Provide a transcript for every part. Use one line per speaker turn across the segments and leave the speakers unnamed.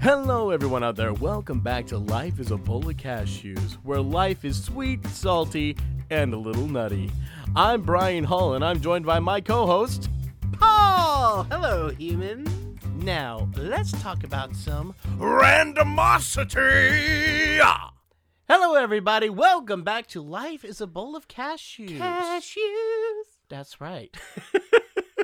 Hello, everyone out there. Welcome back to Life is a Bowl of Cashews, where life is sweet, salty, and a little nutty. I'm Brian Hall, and I'm joined by my co host.
Paul! Hello, human.
Now, let's talk about some randomosity. Hello, everybody. Welcome back to Life is a Bowl of Cashews.
Cashews.
That's right.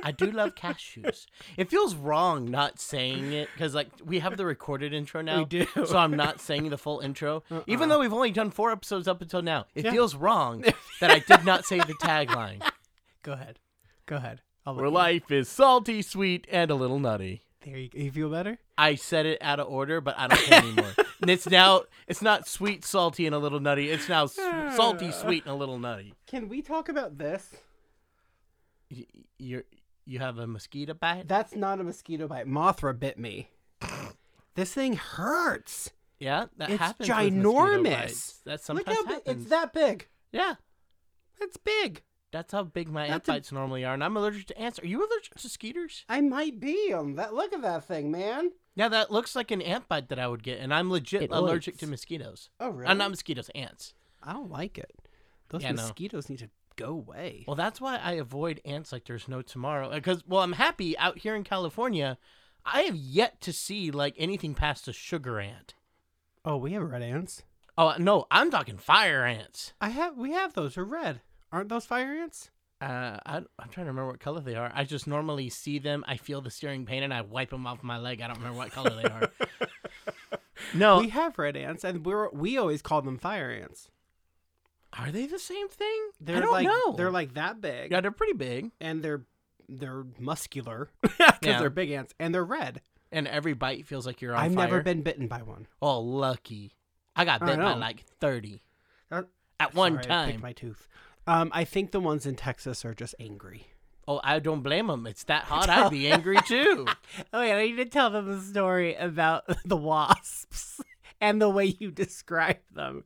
I do love cashews. It feels wrong not saying it because, like, we Uh-uh. have the recorded intro now.
We do.
So I'm not saying the full intro. Even though we've only done four episodes up until now, it feels wrong that I did not say the tagline.
Go ahead. Go ahead. I'll let
Where
you-
life is salty, sweet, and a little nutty.
There you go. You feel better?
I said it out of order, but I don't care anymore. and it's now, it's not sweet, salty, and a little nutty. It's now s- salty, sweet, and a little nutty.
Can we talk about this?
Y- You're, you have a mosquito bite?
That's not a mosquito bite. Mothra bit me. this thing hurts.
Yeah, that
It's
happens. with mosquito
ginormous.
bites. That
Look
sometimes
how big.
happens.
It's that big.
Yeah,
That's big.
that's how big my ant
That's a-
bites normally are, and I'm allergic to ants. Are you allergic to skeeters?
I might be on that. Look at that thing, man.
Yeah, that looks like an ant bite that I would get, and I'm legit
It
allergic
looks.
to mosquitoes.
Oh,
Uh, not mosquitoes, ants.
I don't like it. Those
Yeah, no.
mosquitoes need to go away.
Well, that's why I avoid ants like there's no tomorrow. Because well, I'm happy out here in California. I have yet to see like anything past a sugar ant.
Oh, we have red ants.
Oh no, I'm talking fire ants.
I have. We have those. They're red. Aren't those fire ants?
Uh, I, I'm trying to remember what color they are. I just normally see them. I feel the searing pain, and I wipe them off my leg. I don't remember what color they are. No, Oh.
we have red ants, and we are we always call them fire ants.
are they the same thing?
They're
I don't
like
know.
they're like that big,
yeah, they're pretty big,
and they're they're muscular because
Yeah.
they're big ants, and they're red.
and every bite feels like you're on
I've
fire.
never been bitten by one.
Oh, lucky! I got
I
bit by
know.
like thirty
Uh,
at one
Sorry, I
time.
picked my tooth. Um, I think the ones in Texas are just angry.
Oh, I don't blame them. It's that hot. I'd be angry too.
Oh yeah, I need to tell them the story about the wasps and the way you describe them.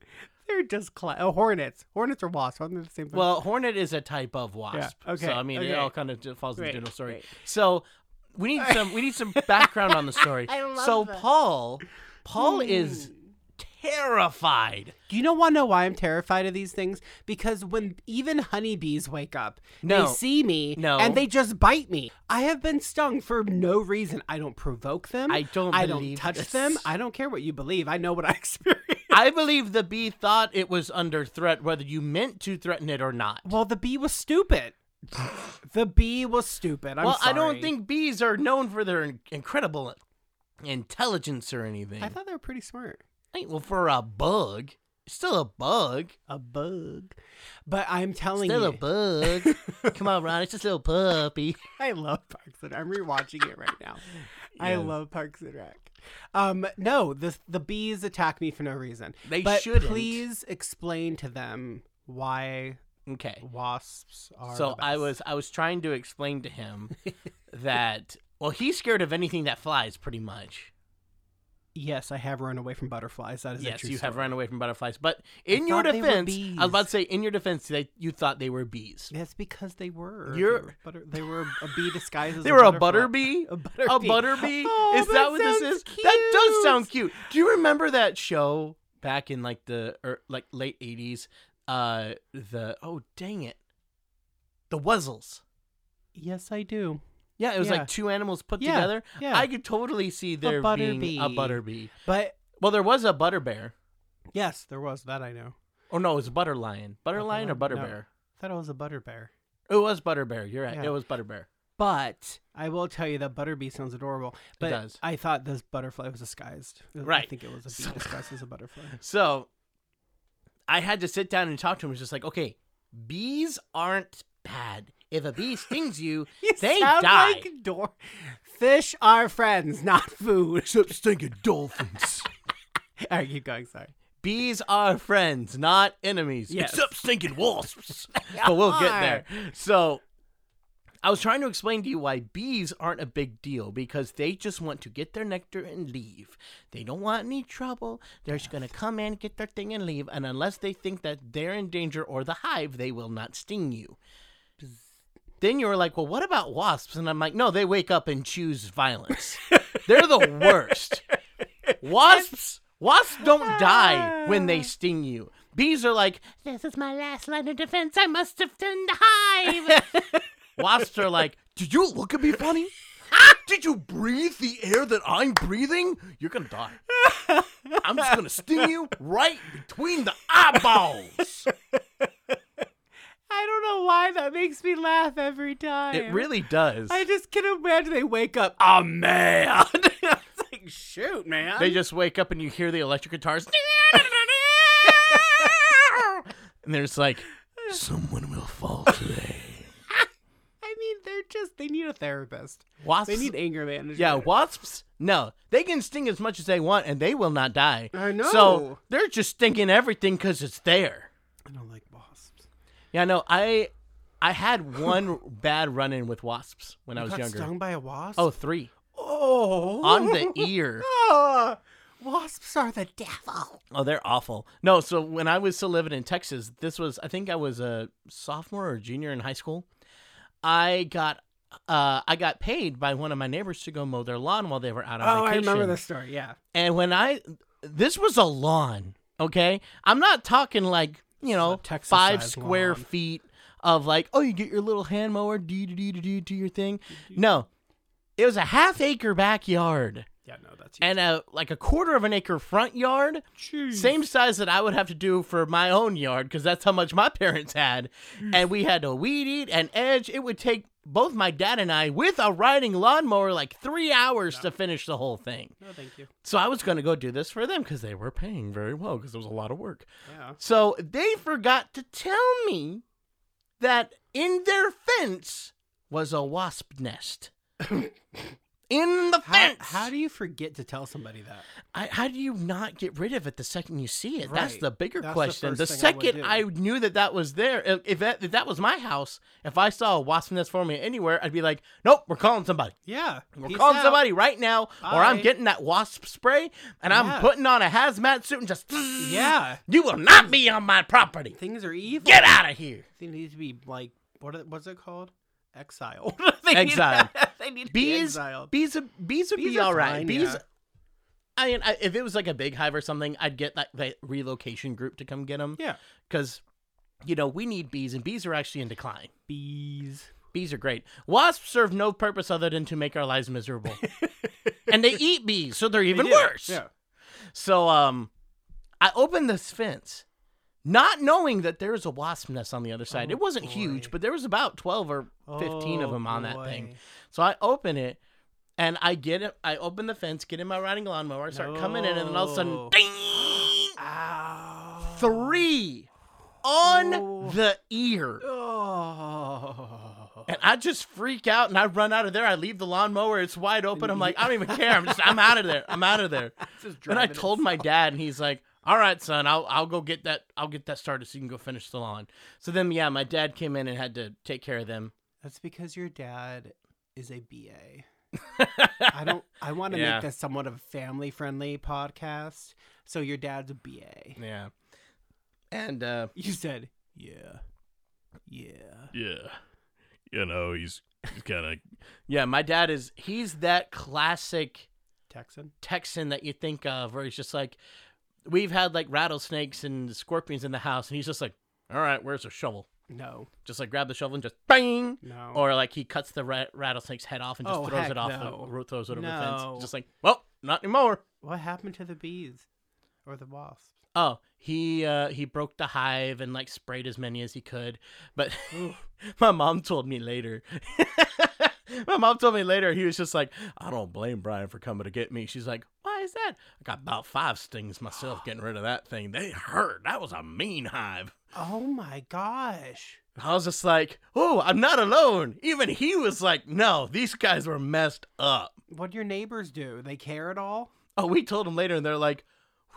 They're just cla oh, hornets. Hornets or wasps? Aren't they the same thing?
Well, hornet is a type of wasp.
okay,
So I mean,
okay.
it all kind of just falls into
Right,
general story.
right.
So we need some we need some background on the story.
I love
so
that.
Paul, Paul
Hmm.
is terrified.
Do you know want to know why I'm terrified of these things? Because when even honeybees wake up,
No.
they see me
No.
and they just bite me. I have been stung for no reason. I don't provoke them.
I don't
I
believe
don't touch
this.
them. I don't care what you believe. I know what I experienced.
I believe the bee thought it was under threat, whether you meant to threaten it or not.
Well, the bee was stupid. the bee was stupid. I'm
well, I
sorry.
don't think bees are known for their in- incredible intelligence or anything.
I thought they were pretty smart.
Hey, well, for a bug, it's still a bug.
A bug. But I'm telling
Still a
you,
bug. Come on, Ron. It's just a little puppy.
I love Parks and I'm rewatching it right now. I
Yes.
love Parks and Rec. Um, no, the the bees attack me for no reason.
They
but
shouldn't.
Please explain to them why
Okay.
wasps are.
So
the
I
best.
was I was trying to explain to him that well he's scared of anything that flies pretty much.
Yes, I have run away from butterflies. That is a
yes,
true
you have
story.
run away from butterflies, but in your
thought they were
defense, I was about to
bees.
say in your defense they, you thought they were bees.
That's because they were.
You're-
they were, butter, they were a bee disguised as
They
a
were a
butterfly.
butterbee.
A butter
A
bee.
butterbee?
Oh,
is that what this
sounds
is? That does
cute.
sound cute. Do you remember that show back in like the er, like late eighties? Uh, the oh dang it, the Wuzzles.
Yes, I do.
Yeah, it was
Yeah.
like two animals put
Yeah,
together.
yeah.
I could totally see there being a
butterbee.
butterbee.
But
Well, there was a butterbear.
yes, there was that I know.
Oh no, it was butter lion. Butter lion or
Butter
butter
lion?
bear?
Thought it was a butterbear.
It was butter bear. You're right.
Yeah.
It was butter bear.
But I will tell you that Butterbee sounds adorable. But
does.
I thought this butterfly was disguised. I
Right.
think it was a
So-
bee disguised as a butterfly.
So I had to sit down and talk to him. It's just like, okay, bees aren't bad. If a bee stings you, they die.
like door. Fish are friends, not food.
Except stinging dolphins.
All right, keep going. Sorry.
bees are friends, not enemies.
Yes.
Except stinking wasps. but we'll get there. So I was trying to explain to you why bees aren't a big deal because they just want to get their nectar and leave. They don't want any trouble. They're just going to come in, get their thing, and leave. And unless they think that they're in danger or the hive, they will not sting you. Then you were like, well, what about wasps? And I'm like, no, they wake up and choose violence. They're the worst. Wasps wasps don't die when they sting you. Bees are like,
This is my last line of defense. I must defend the hive.
wasps are like, did you look at me funny? Did you breathe the air that I'm breathing? You're gonna die. I'm just gonna sting you right between the eyeballs.
I don't know why that makes me laugh every time.
It really does.
I just can imagine they wake up. Oh man! it's like shoot, man.
They just wake up and you hear the electric guitars, and they're just like, someone will fall today.
I mean, they're just they need a therapist.
Wasps.
They need anger management.
yeah, wasps. No, they can sting as much as they want, and they will not die.
I know.
So they're just stinking everything because it's there.
I don't like wasps.
Yeah, no, I, I had one bad run-in with wasps when I was
Got
younger.
stung by a wasp.
Oh, three
oh.
on the ear.
Ah, wasps are the devil.
Oh, they're awful. No, so when I was still living in Texas, this was I think I was a sophomore or junior in high school. I got uh, I got paid by one of my neighbors to go mow their lawn while they were out on
Oh, I
vacation.
remember the story. Yeah.
And when I this was a lawn, okay? I'm not talking like, you know,
Texas-sized
five square
lawn.
feet of like, oh, you get your little hand mower, do do do do do do your thing. No. It was a half acre backyard
Yeah. No, that's
and a like a quarter of an acre front yard
Jeez.
same size that I would have to do for my own yard because that's how much my parents had. And we had to weed eat and edge. It would take both my dad and I with a riding lawnmower like three hours to finish the whole thing.
No, thank you.
So I was going to go do this for them because they were paying very well because it was a lot of work.
Yeah.
So they forgot to tell me that in their fence was a wasp nest. in the
How,
fence.
how do you forget to tell somebody that?
I, how do you not get rid of it the second you see it? That's
Right.
the bigger
That's the
question. The,
first thing I would
second
do.
I, knew that that was there, if- if that, if that was my house, if I saw a wasp nest forming anywhere, I'd be like, nope, we're calling somebody.
Yeah.
We're
peace
calling
out.
somebody right now, or I'm
Bye.
getting that wasp spray and I'm
Yeah.
putting on a hazmat suit and just,
Yeah.
you will not be on my property.
Things are evil.
Get out of here.
They need to be like what? Are, what's it called? Exiled.
Exiled.
Need, they need to be
Bees,
exiled.
bees, would- bees would
Bees
be
are
all right.
fine,
bees,
yeah.
I mean, I, if it was like a big hive or something, I'd get that, that relocation group to come get them.
Yeah.
because you know we need bees and bees are actually in decline
Bees.
bees are great wasps serve no purpose other than to make our lives miserable and they eat bees so they're even
They do.
worse
Yeah.
so um i opened this fence not knowing that there was a wasp nest on the other side
Oh,
it wasn't
boy.
huge but there was about 12 or 15 of
Oh,
them on that thing
boy.
so i open it and i get it i open the fence get in my riding lawnmower i start coming in and then all of a sudden
No.
ding
Ow.
three on
Oh.
the ear.
Oh.
And I just freak out and I run out of there. I leave the lawnmower. It's wide open. I'm like, I don't even care. I'm just, I'm out of there. I'm out of there.
Just
And I
driving it.
told my dad, and he's like, "All right, son, I'll I'll go get that. I'll get that started so you can go finish the lawn." So then, yeah, my dad came in and had to take care of them.
That's because your dad is a BA. I don't. I want to
Yeah.
make this somewhat of a family-friendly podcast. So your dad's a BA.
Yeah. And uh,
You said, yeah, yeah.
Yeah. You know, he's, he's kind of
yeah, my dad is he's that classic
Texan.
Texan that you think of, where he's just like, we've had like rattlesnakes and scorpions in the house, and he's just like, all right, where's the shovel?
No,
Just like grab the shovel and just bang,
no.
or like he cuts the ra- rattlesnake's head off and just
Oh,
throws
heck
it off
no.
the ro- throws it over the
No.
fence. Just like, well, not anymore.
what happened to the bees or the wasps?
Oh, he uh, he broke the hive and like sprayed as many as he could. But my mom told me later. my mom told me later he was just like, I don't blame Brian for coming to get me. She's like, Why is that? I got about five stings myself getting rid of that thing. They hurt. That was a mean hive.
Oh my gosh!
I was just like, Oh, I'm not alone. Even he was like, No, these guys were messed up.
What do your neighbors do? They care at all?
Oh, we told him later, and they're like,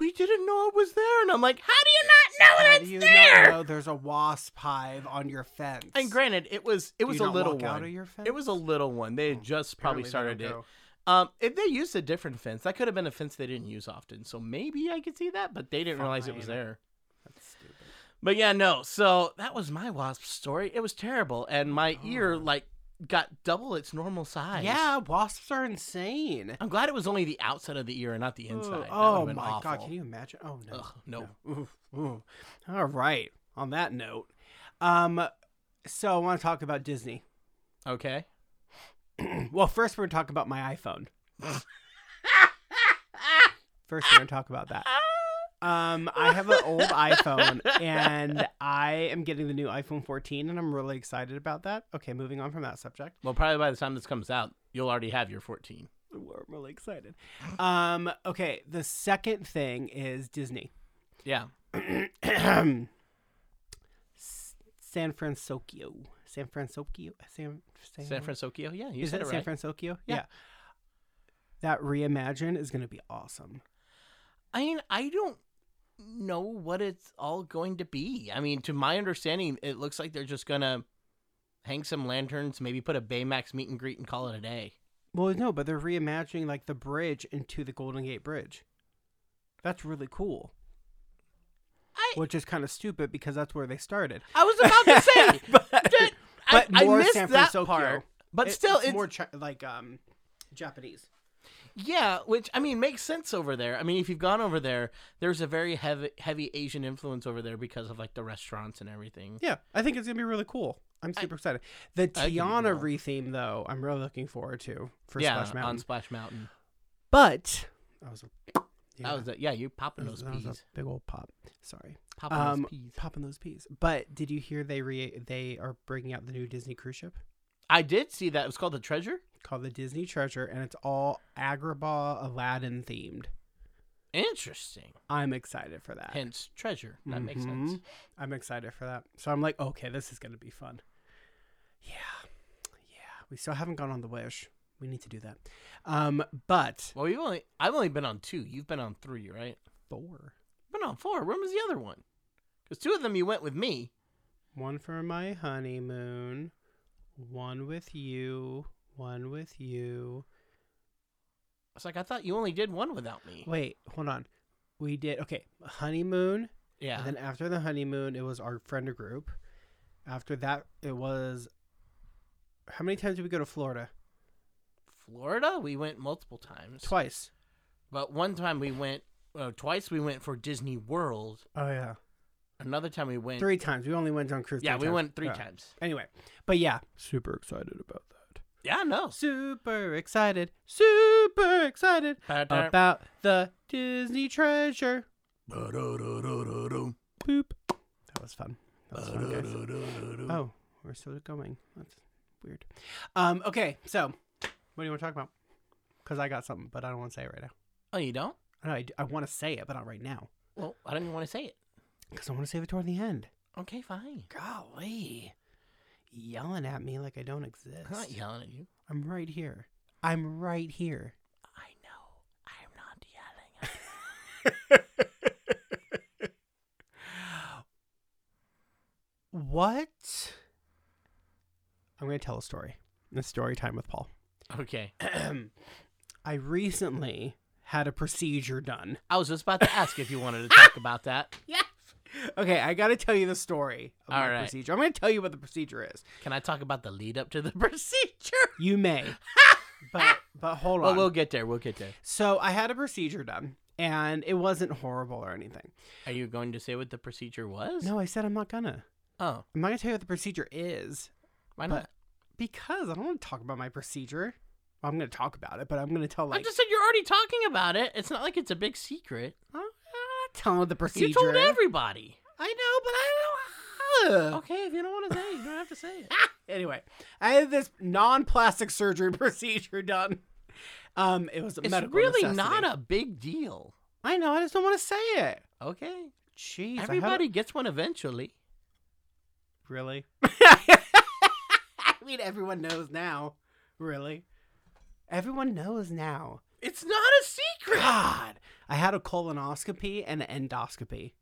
We didn't know it was there. And I'm like, How do you not know
How
that's
do you
there?
not know there's a wasp hive on your fence?
And granted, it was it
Do
was
you
a
not
little
walk
one.
out of your fence? Oh,
It was a little one. They had just probably
Apparently
started
they
it.
don't
Um, if they used a different fence, that could have been a fence they didn't use often. So maybe I could see that, but they didn't realize it was
Fine.
there.
go. That's stupid.
But yeah, no. So that was my wasp story. It was terrible, and my ear
Oh.
like got double its normal size.
Yeah, wasps are insane.
I'm glad it was only the outside of the ear and not the
Ooh,
inside. That
oh
would've been
my god,
awful.
can you imagine? Oh no.
Ugh, no.
Ooh, ooh. All right. On that note, um, so I want to talk about Disney.
Okay.
well, first we're gonna talk about my iPhone. first, we're gonna talk about that. Um, I have an old iPhone, and I am getting the new iPhone 14, and I'm really excited about that. Okay, moving on from that subject.
Well, probably by the time this comes out, you'll already have your 14.
We're really excited. Um, okay, the second thing is Disney.
Yeah.
S- San Francisco. San Francisco. San, San,
San Francisco. Yeah, you
Is
said
that
it
San
right.
Francisco?
Yeah.
yeah. That reimagine is going to be awesome.
I mean, I don't know what it's all going to be. I mean, to my understanding, it looks like they're just gonna hang some lanterns, maybe put a Baymax meet and greet, and call it a day.
Well, no, but they're reimagining like the bridge into the Golden Gate Bridge. That's really cool.
I
Which is kind of stupid because that's where they started.
I was about to say,
but,
that-
but
I,
more
I missed
San
that
Francisco.
part. But
It-
still,
it's
it's,
more chi- like um, Japanese.
yeah, which I mean makes sense over there. I mean, if you've gone over there, there's a very heavy heavy Asian influence over there because of like the restaurants and everything.
Yeah, I think it's gonna be really cool. I'm super excited. The
could be
Tiana
cool.
retheme though, I'm really looking forward to for
yeah,
Splash Mountain.
on Splash Mountain.
but that was a, yeah,
That was a, yeah, you popping
that
those
was- that was
peas,
a big old pop. Sorry,
popping
um,
those peas.
popping those peas. But did you hear they re- they are bringing out the new Disney cruise ship
I did see that it was called the Treasure.
called the Disney Treasure, and it's all Agrabah Aladdin themed.
Interesting.
I'm excited for that.
Hence treasure. That makes
Mhm.
sense.
I'm excited for that. So I'm like, okay, this is gonna be fun. Yeah, yeah. We still haven't gone on the wish. We need to do that. Um, but
Well, we've only I've only been on two. You've been on three, right?
four.
I've been on four. When was the other one? Because two of them you went with me.
One for my honeymoon. One with you. One with you.
It's like I thought you only did one without me.
Wait, hold on. We did okay. Honeymoon.
yeah.
And then after the honeymoon, it was our friend group. After that, it was. How many times did we go to Florida?
Florida, we went multiple times.
Twice.
But one time we went. Uh, twice we went for Disney World.
Oh yeah.
Another time we went.
Three times. We only went on cruise.
yeah,
three
we
times.
went three
Yeah.
times.
Anyway, but yeah, super excited about that.
Yeah,
Uh,
no.
Super excited, super excited
uh,
about the Disney treasure. Boop. That was fun. That was fun, guys. Oh, we're still going. That's weird. Um, okay, so what do you want to talk about? Because I got something, but I don't want to say it right now.
Oh, you don't?
I know I, want to say it, but not right now.
Well, I don't even want to say it.
Because I want to save it toward the end.
Okay, fine.
Golly. Yelling at me like I don't exist.
I'm not yelling at you.
I'm right here. I'm right here.
I know. I am not yelling at you.
What? I'm going to tell a story. It's story time with Paul.
Okay.
I recently had a procedure done.
I was just about to ask if you wanted to talk about that.
Yes. Okay, I got to tell you the story of
All
my
right.
procedure. I'm going to tell you what the procedure is.
Can I talk about the lead up to the procedure?
You may. but but hold
Well,
on.
we'll get there. We'll get there.
So I had a procedure done and it wasn't horrible or anything.
Are you going to say what the procedure was?
No, I said I'm not gonna.
Oh,
I'm not gonna tell you what the procedure is
why not?
because I don't want to talk about my procedure. Well, I'm gonna talk about it, but I'm gonna tell like
I just said you're already talking about it. It's not like it's a big secret.
I'm not telling the procedure.
You told everybody.
I know, but I don't.
Okay, if you don't want to say, it, you don't have to say it.
Anyway, I had this non-plastic surgery procedure done. Um, it was a
It's
medical
really
necessity.
not a big deal.
I know. I just don't want to say it.
Okay.
Jeez, I haven't-
Everybody gets one eventually.
Really? I mean, everyone knows now. Really? Everyone knows now.
It's not a secret.
God, I had a colonoscopy and an endoscopy.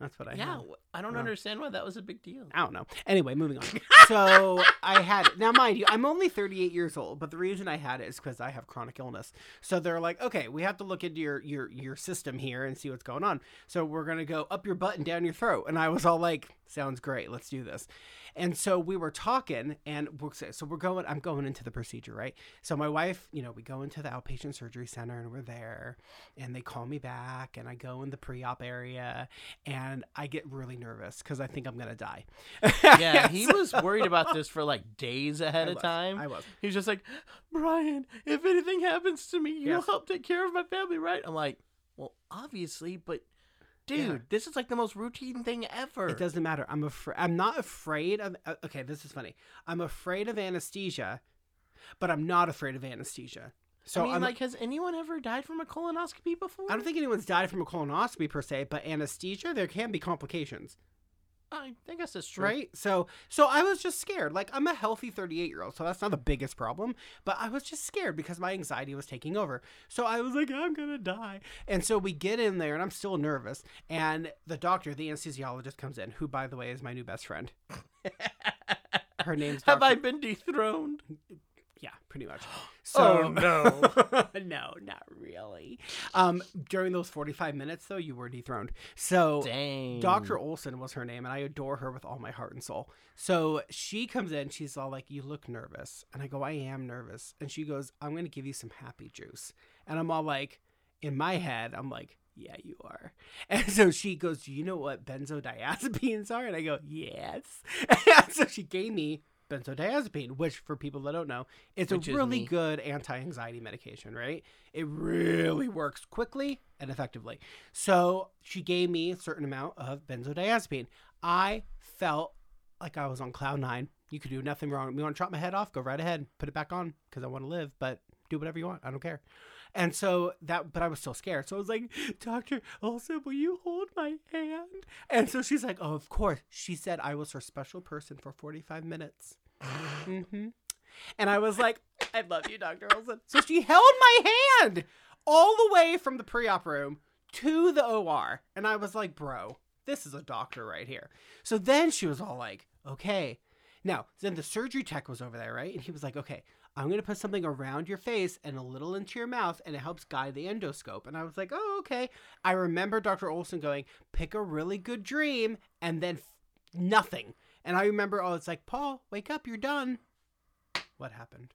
That's what I
Yeah,
had.
w- I don't
Wow.
understand why that was a big deal.
I don't know. Anyway, moving on. So I had now, mind you, I'm only 38 years old, but the reason I had it is because I have chronic illness. So they're like, okay, we have to look into your your your system here and see what's going on. So we're gonna go up your butt and down your throat. And I was all like, sounds great. Let's do this. And so we were talking, and we're, so we're going. I'm going into the procedure, right? So my wife, you know, we go into the outpatient surgery center, and we're there, and they call me back, and I go in the pre-op area, and I get really nervous because I think I'm gonna die.
Yeah, he
So-
was worried about this for like days ahead
I
of
was,
time.
I was.
He's just like, Brian, if anything happens to me, you'll
Yes.
help take care of my family, right? I'm like, well, obviously, but dude,
Yeah.
this is like the most routine thing ever.
It doesn't matter. I'm afraid. I'm not afraid of. uh, Okay, this is funny. I'm afraid of anesthesia, but I'm not afraid of anesthesia. So
I mean,
am
like, has anyone ever died from a colonoscopy before?
I don't think anyone's died from a colonoscopy per se, but anesthesia there can be complications,
I, I guess that's true.
right? So, so I was just scared. Like I'm a healthy 38 year old, so that's not the biggest problem, but I was just scared because my anxiety was taking over. So I was like, I'm gonna die. And so we get in there, and I'm still nervous. And the doctor, the anesthesiologist, comes in, who by the way is my new best friend. Her name's
Have
Dr.
I been dethroned?
Yeah, pretty much. So
no.
Oh, no, not really. Um, during those forty-five minutes, though, you were dethroned. So
Dang.
Dr. Olson was her name, and I adore her with all my heart and soul. So she comes in, she's all like, You look nervous. And I go, I am nervous. And she goes, I'm going to give you some happy juice. And I'm all like, In my head, I'm like, Yeah, you are. And so she goes, Do you know what benzodiazepines are? And I go, Yes. And so she gave me benzodiazepine, which for people that don't know, it's
Which
a
is
really
me.
good anti anxiety medication, right? It really works quickly and effectively. So she gave me a certain amount of benzodiazepine. I felt like I was on cloud nine. You could do nothing wrong. You want to chop my head off? Go right ahead. Put it back on because I want to live, but do whatever you want. I don't care. And so that, but I was still scared. So I was like, Doctor Olson, will you hold my hand? And so she's like, Oh, of course. She said I was her special person for 45 minutes. hmm And I was like, I love you, Dr. Olson. So she held my hand all the way from the pre op room to the OR. And I was like, Bro, this is a doctor right here. So then she was all like, Okay. Now, then the surgery tech was over there, right? And he was like, Okay, I'm going to put something around your face and a little into your mouth, and it helps guide the endoscope. And I was like, Oh, okay. I remember Dr. Olson going, Pick a really good dream, and then f- nothing. And I remember, oh, it's like, Paul, wake up, you're done. What happened?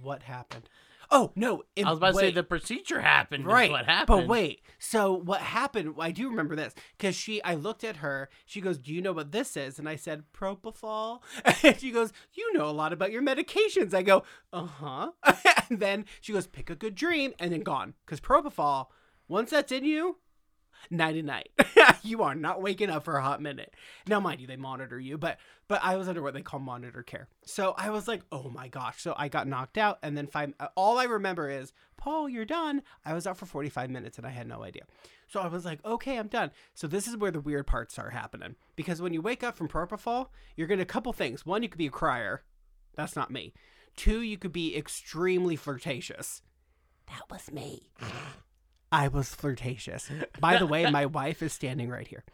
What happened? Oh, no. it-
I was about to say
wait.
the procedure happened. is
Right.
What happened?
But wait. So what happened? I do remember this because she. I looked at her. She goes, "Do you know what this is?" And I said, "Propofol." And she goes, "You know a lot about your medications." I go, "Uh huh." and then she goes, "Pick a good dream," and then gone because propofol. Once that's in you, nighty night. you are not waking up for a hot minute. Now, mind you, they monitor you, but but I was under what they call monitor care. So I was like, oh my gosh. So I got knocked out, and then five. uh, All I remember is, Paul, you're done. I was out for 45 minutes, and I had no idea. So I was like, okay, I'm done. So this is where the weird parts start happening because when you wake up from propofol, you're gonna a couple things. One, you could be a crier. That's not me. Two, you could be extremely flirtatious. That was me. I was flirtatious. By the way, my wife is standing right here.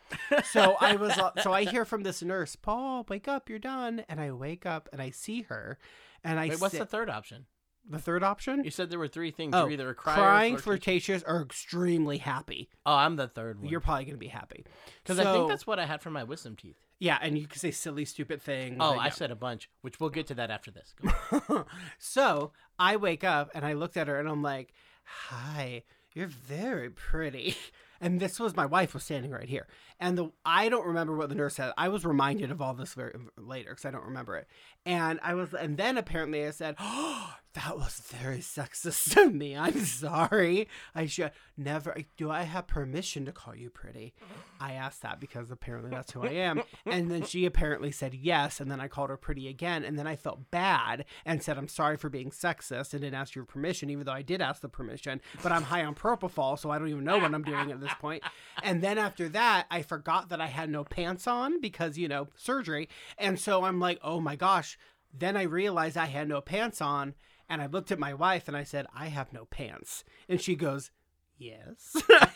So I was uh, so I hear from this nurse, Paul, wake up, you're done. And I wake up and I see her, and I
Wait, what's
sit-
the third option?
the third option?
You said there were three things.
Oh,
You're either a crier,
crying,
or flirtatious.
flirtatious, or extremely happy.
Oh, I'm the third one.
You're probably gonna be happy
Because I think
So-
that's what I had for my wisdom teeth.
yeah, and you can say silly, stupid things.
Oh,
and
I
yeah.
said a bunch, which we'll get to that after this. Go on.
so I wake up and I looked at her and I'm like, "Hi, you're very pretty." And this was my wife was standing right here, and the I don't remember what the nurse said. I was reminded of all this very, later because I don't remember it. And I was, and then apparently I said, "Oh, that was very sexist of me. I'm sorry. I should never. Do I have permission to call you pretty?" I asked that because apparently that's who I am. And then she apparently said yes. And then I called her pretty again. And then I felt bad and said, I'm sorry for being sexist and didn't ask your permission, even though I did ask the permission. But I'm high on propofol, so I don't even know what I'm doing at this point. And then after that, I forgot that I had no pants on because, you know, surgery. And so I'm like, oh my gosh. Then I realized I had no pants on. And I looked at my wife and I said, I have no pants. And she goes, Yes.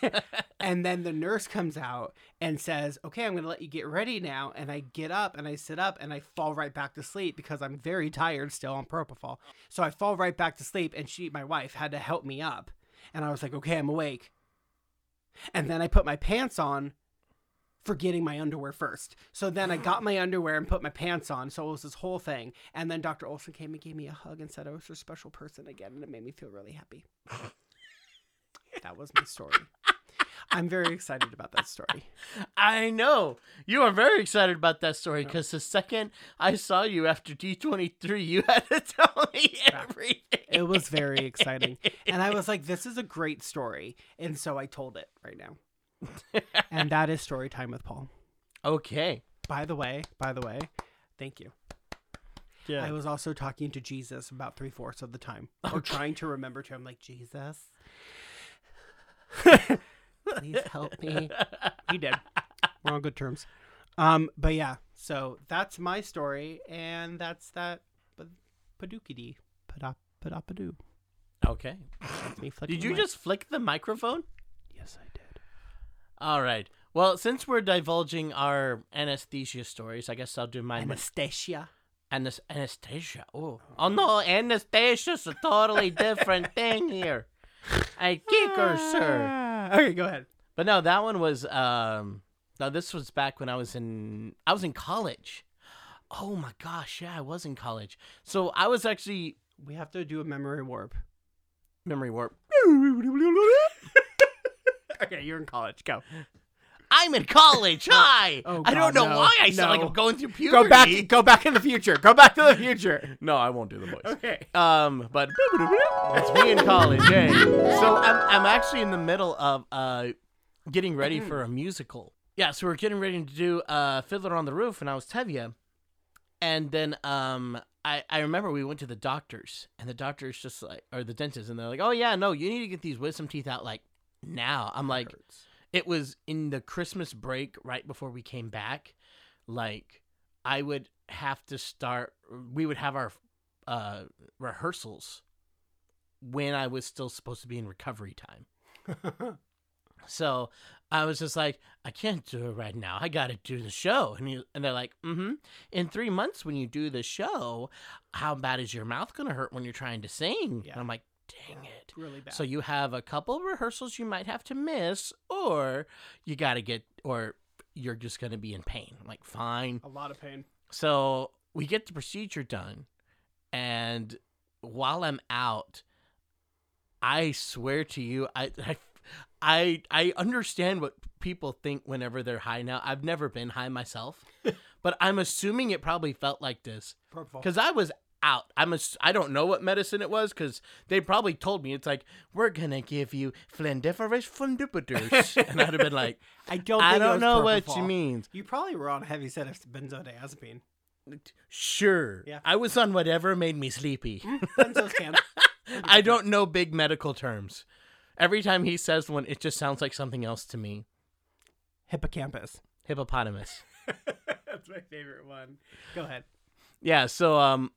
and then the nurse comes out and says, Okay, I'm going to let you get ready now. And I get up and I sit up and I fall right back to sleep because I'm very tired still on propofol. So I fall right back to sleep and she, my wife, had to help me up. And I was like, Okay, I'm awake. And then I put my pants on forgetting my underwear first. So then I got my underwear and put my pants on. So it was this whole thing. And then Dr. Olson came and gave me a hug and said I was a special person again. And it made me feel really happy. that was my story. I'm very excited about that story.
I know you are very excited about that story because the second I saw you after D23, you had to tell me everything.
It was very exciting. And I was like, this is a great story. And so I told it right now. and that is story time with Paul.
Okay.
By the way, by the way, thank you.
Yeah.
I was also talking to Jesus about three fourths of the time, or trying to remember to. I'm like, Jesus, please help me. He did. We're on good terms. Um, but yeah, so that's my story, and that's that. But padookity, pada padapadoo.
okay.
Me flicking
Did you
my-
just flick the microphone?
Yes, I did.
All right. Well, since we're divulging our anesthesia stories, I Ah. guess I'll do mine. with
Anastasia.
Anas- anesthesia. Oh, oh no, anestesia's a totally different thing here. A kicker, sir.
Ah, Okay, go ahead.
But no, that one was. um Now this was back when I was in. I was in college. Oh my gosh, yeah, I was in college. So I was actually
We have to do a memory warp.
memory warp.
okay, you're in college. Go.
I'm in college. Hi.
Oh,
I don't
God,
know
no,
why I sound
no.
like I'm going through puberty.
Go back. Go back in the future. Go back to the future.
No, I won't do the voice.
Okay.
Um, but it's me in college, hey. So I'm I'm actually in the middle of uh getting ready for a musical. Yeah, so we're getting ready to do uh Fiddler on the Roof and I was Tevye. And then um I, I remember we went to the doctors and the doctors just like or the dentist and they're like, Oh yeah, no, you need to get these wisdom teeth out like now. I'm like it was in the Christmas break right before we came back. Like I would have to start. We would have our uh, rehearsals when I was still supposed to be in recovery time. So I was just like, I can't do it right now. I got to do the show. And, you, and they're like, mm hmm. In three months, when you do the show, how bad is your mouth going to hurt when you're trying to sing?
Yeah.
And I'm like, dang it.
really bad.
So you have a couple rehearsals you might have to miss, or you got to get, or you're just going to be in pain. I'm like, fine.
a lot of pain.
So we get the procedure done, and while I'm out, I swear to you, I, I, I, I understand what people think whenever they're high now. I've never been high myself, but I'm assuming it probably felt like this because I was out. I'm a, I don't know what medicine it was because they probably told me it's like we're gonna give you flendiferous fundipiters, and I'd have been like,
I don't.
I
think it
don't
was
know what
propofol.
you mean.
You probably were on a heavy set of benzodiazepine.
Sure,
Yeah.
I was on whatever made me sleepy.
Benzos can.
I don't know big medical terms. Every time he says one, it just sounds like something else to me.
Hippocampus.
Hippopotamus.
That's my favorite one. Go ahead.
Yeah, so um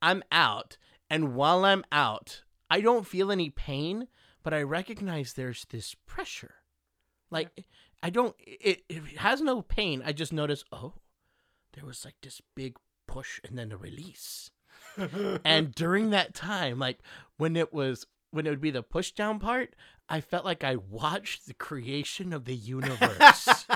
I'm out and while I'm out, I don't feel any pain, but I recognize there's this pressure. Like I don't it, it has no pain. I just notice, oh, there was like this big push and then a release. and during that time, like when it was when it would be the push down part, I felt like I watched the creation of the universe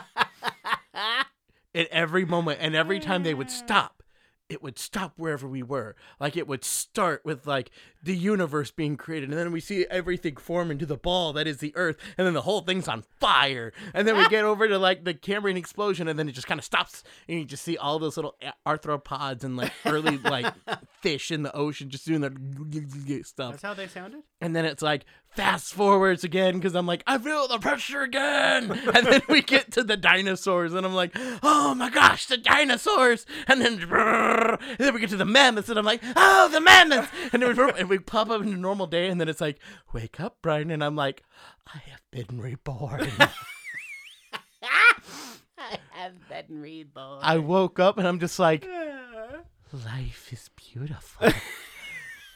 at every moment and every time they would stop it would stop wherever we were like it would start with like the universe being created and then we see everything form into the ball that is the earth and then the whole thing's on fire and then we get over to like the cambrian explosion and then it just kind of stops and you just see all those little a- arthropods and like early like fish in the ocean just doing their stuff
That's how they sounded.
and then it's like fast forwards again because I'm like, I feel the pressure again. And then we get to the dinosaurs, and I'm like, oh my gosh, the dinosaurs. And then, brrr, and then we get to the mammoths, and I'm like, oh, the mammoths. And, then we, and we pop up into normal day, and then it's like, wake up, Brian. And I'm like, I have been reborn.
I have been reborn.
I woke up, and I'm just like, life is beautiful,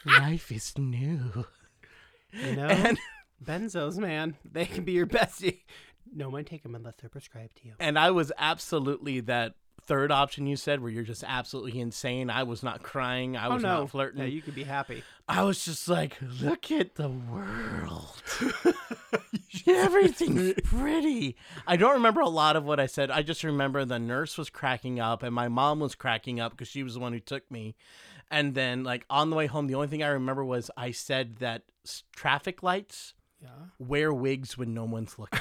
life is new.
You know,
And
benzos, man, they can be your bestie. No one take them unless they're prescribed to you.
and I was absolutely that third option you said, where you're just absolutely insane. I was not crying. I
Oh
was
no,
not flirting.
Yeah, you could be happy.
I was just like, look at the world. Everything's pretty. I don't remember a lot of what I said. I just remember the nurse was cracking up and my mom was cracking up because she was the one who took me. And then, like, on the way home, the only thing I remember was I said that s- traffic lights
Yeah.
wear wigs when no one's looking.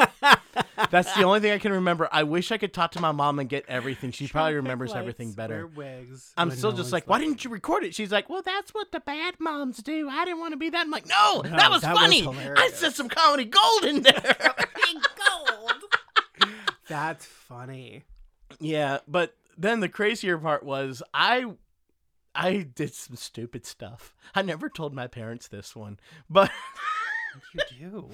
That's the only thing I can remember. I wish I could talk to my mom and get everything. She probably remembers everything better.
wigs.
I'm still just like, why didn't you record it? She's like, well, that's what the bad moms do. I didn't want to be that. I'm like, no,
No,
that was
that was
funny. I
hilarious."
said some comedy gold in there.
That's funny.
yeah, but then the crazier part was I, I did some stupid stuff. I never told my parents this one, but
What do you do?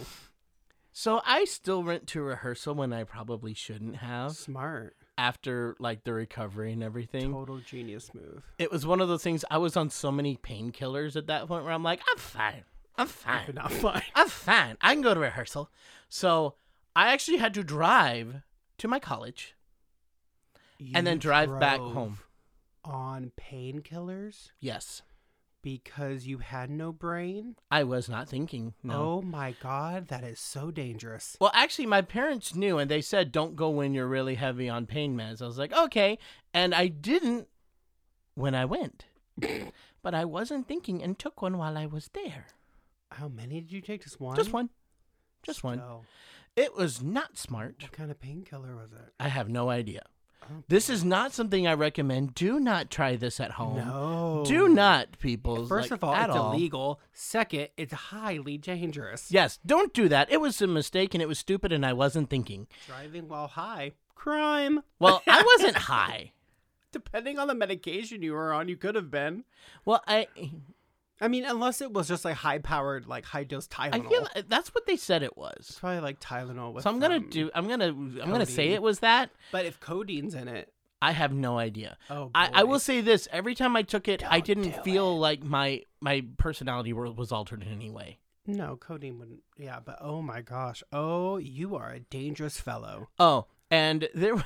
so I still went to rehearsal when I probably shouldn't have
Smart.
after like the recovery and everything.
Total genius move.
It was one of those things. I was on so many painkillers at that point where I'm like, I'm fine. I'm fine.
But not fine.
I'm fine. I can go to rehearsal. So I actually had to drive to my college and then
You
drive back
drove
home.
On painkillers
Yes.
because you had no brain?
I was not thinking. No.
Oh my god, that is so dangerous.
Well, actually, my parents knew and they said, don't go when you're really heavy on pain meds. I was like, okay. And I didn't when I went. but I wasn't thinking and took one while I was there.
How many did you take? Just one?
Just one. Just one.
Still,
It was not smart.
What kind of painkiller was it?
I have no idea.
Oh,
This is not something I recommend. Do not try this at home.
No.
Oh. Do not, people.
First
like,
of all,
at
it's illegal. Second, it's highly dangerous.
Yes, don't do that. It was a mistake and it was stupid and I wasn't thinking.
Driving while high. Crime.
Well, I wasn't high.
Depending on the medication you were on, you could have been.
Well, I
I mean, unless it was just like high powered, like high dose Tylenol.
I feel that's what they said it
it's
was.
probably like Tylenol. With
So I'm gonna
um,
do. I'm gonna. I'm gonna say
codeine.
it was that.
But if codeine's in it,
I have no idea.
oh,
I, I
boy.
will say this: every time I took it, I
Don't
didn't
do
feel like my my personality were- was altered in any way.
No, codeine wouldn't. Yeah, but oh my gosh. Oh, you are a dangerous fellow.
Oh, and there,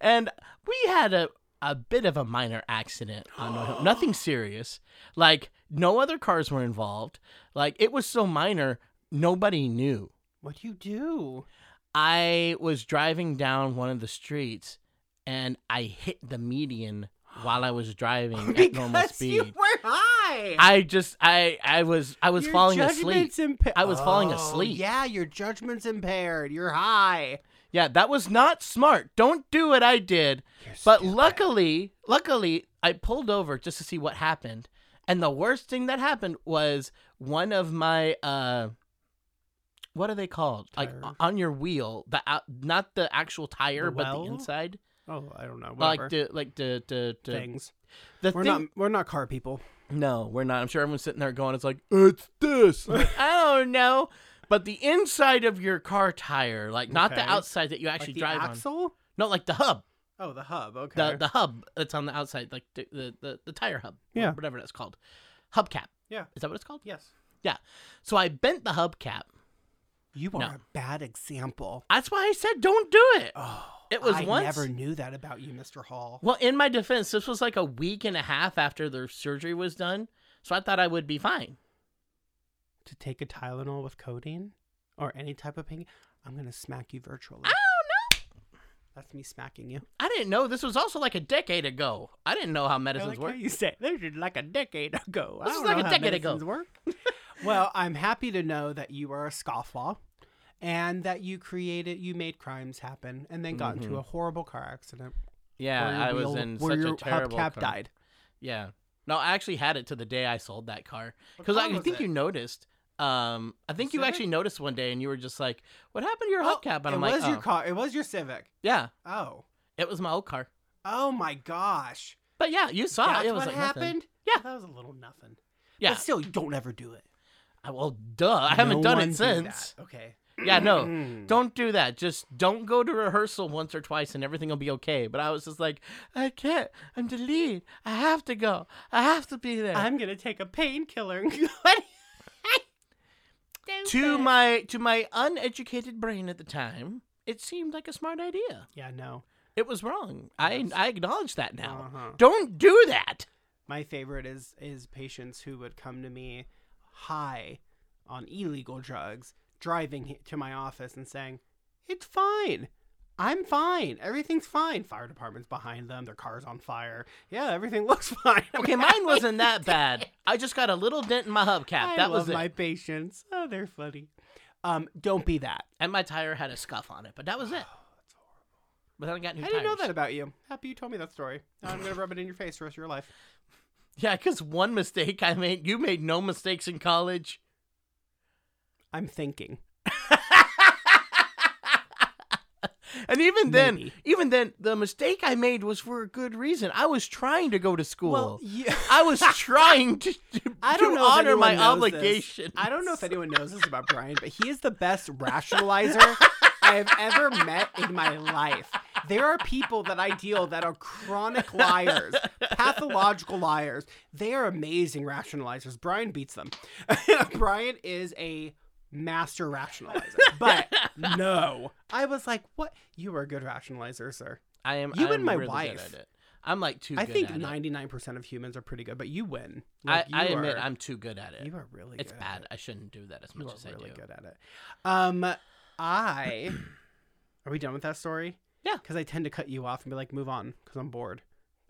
and we had a a bit of a minor accident on the way home. nothing serious. Like no other cars were involved. Like it was so minor, nobody knew.
What do you do?
I was driving down one of the streets, and I hit the median while I was driving at normal
Because you
speed.
were high.
I just I I was I was
Your
falling asleep.
judgment's impa-
I was falling
Oh,
asleep.
Yeah, your judgment's impaired. You're high.
Yeah, that was not smart. Don't do what I did.
You're
But
stupid.
luckily, luckily, I pulled over just to see what happened. And the worst thing that happened was one of my uh what are they called? Like
Tire.
on your wheel, the out, not the actual tire, but
well?
the inside,
Oh, I don't know. Whatever.
like the like the the, the
things.
The
We're
thing.
not. We're not car people.
No, we're not. I'm sure everyone's sitting there going, "It's like it's this." I'm like, I don't know, but the inside of your car tire, like not
Okay.
the outside that you actually
Like the
drive on.
axle.
No, like the hub.
Oh, the hub. Okay.
the the hub that's on the outside, like the the, the, the tire hub, or
Yeah.
whatever that's called, hubcap.
yeah.
Is that what it's called?
Yes.
So I bent the hubcap.
You are
No.
a bad example.
That's why I said don't do it.
Oh,
It was
I
once-
never knew that about you, Mr. Hall.
Well, in my defense, this was like a week and a half after the surgery was done, so I thought I would be fine.
To take a Tylenol with codeine or any type of pain, I'm gonna smack you virtually.
I don't know.
That's me smacking you.
I didn't know this was also like a decade ago. I didn't know how
I
medicines
like how
work.
you say this is like a decade ago. I
This is
don't
like
know
a
how
decade ago.
medicines Work. well, I'm happy to know that you are a scofflaw, and that you created, you made crimes happen, and then got into a horrible car accident. where your
yeah, I was
wheel-
in
where
such
your
a terrible
hubcap
car.
died.
Yeah. No, I actually had it to the day I sold that car
What
because
car
I
was
think
it?
you noticed. Um, I think you
Civic?
actually noticed one day, and you were just like, "What happened to your
Oh,
hubcap?" And
it
I'm like,
was your
"Oh."
car. It was your Civic.
Yeah,
Oh,
it was my old car.
oh my gosh!
But yeah, you saw
That's
it. it was
what
like nothing.
happened.
Yeah.
that was a little nothing.
Yeah.
but still, you don't ever do it.
I- well, duh. I haven't
No
done
one
it
did
since.
that. Mm. Okay.
Yeah, no. Don't do that. Just don't go to rehearsal once or twice, and everything will be okay. But I was just like, I can't. I'm delayed. I have to go. I have to be there.
I'm gonna take a painkiller and go.
to my to my uneducated brain at the time, it seemed like a smart idea.
Yeah, no.
It was wrong. I I acknowledge that now.
Uh-huh.
Don't do that.
My favorite is is patients who would come to me high on illegal drugs, driving he- to my office and saying, "It's fine." I'm fine. Everything's fine. Fire department's behind them. Their car's on fire. Yeah, everything looks fine. I'm
Okay, mine wasn't that bad. I just got a little dent in my hubcap.
I
that
love
was it.
my patients. Oh, they're funny. Um, don't be that.
And my tire had a scuff on it, but that was it. But then I got new
I didn't know
tires.
that about you. Happy you told me that story. Now I'm gonna rub it in your face the rest of your life.
Yeah, because one mistake I made. You made no mistakes in college.
I'm thinking.
And even then,
Maybe.
even then, the mistake I made was for a good reason. I was trying to go to school.
Well, yeah.
I was trying to, to,
I don't
to
know if
honor
anyone
my
knows this.
obligation.
I don't know if anyone knows this about Brian, but he is the best rationalizer I have ever met in my life. There are people that I deal that are chronic liars, pathological liars. They are amazing rationalizers. Brian beats them. Brian is a master rationalizer. But no, I was like, "What? You are a good rationalizer, sir."
I am.
You
I
and
am
my
really good
wife.
at it. I'm like too.
I
good
think
at it.
ninety nine percent of humans are pretty good, but you win.
I,
Like,
I
you
admit
are-
I'm too good at it.
you are really.
It's
good at it.
bad. I shouldn't do that as
You
much
are
as I
really
do.
good at it. Um, I are we done with that story?
Yeah.
because I tend to cut you off and be like, "Move on," because I'm bored.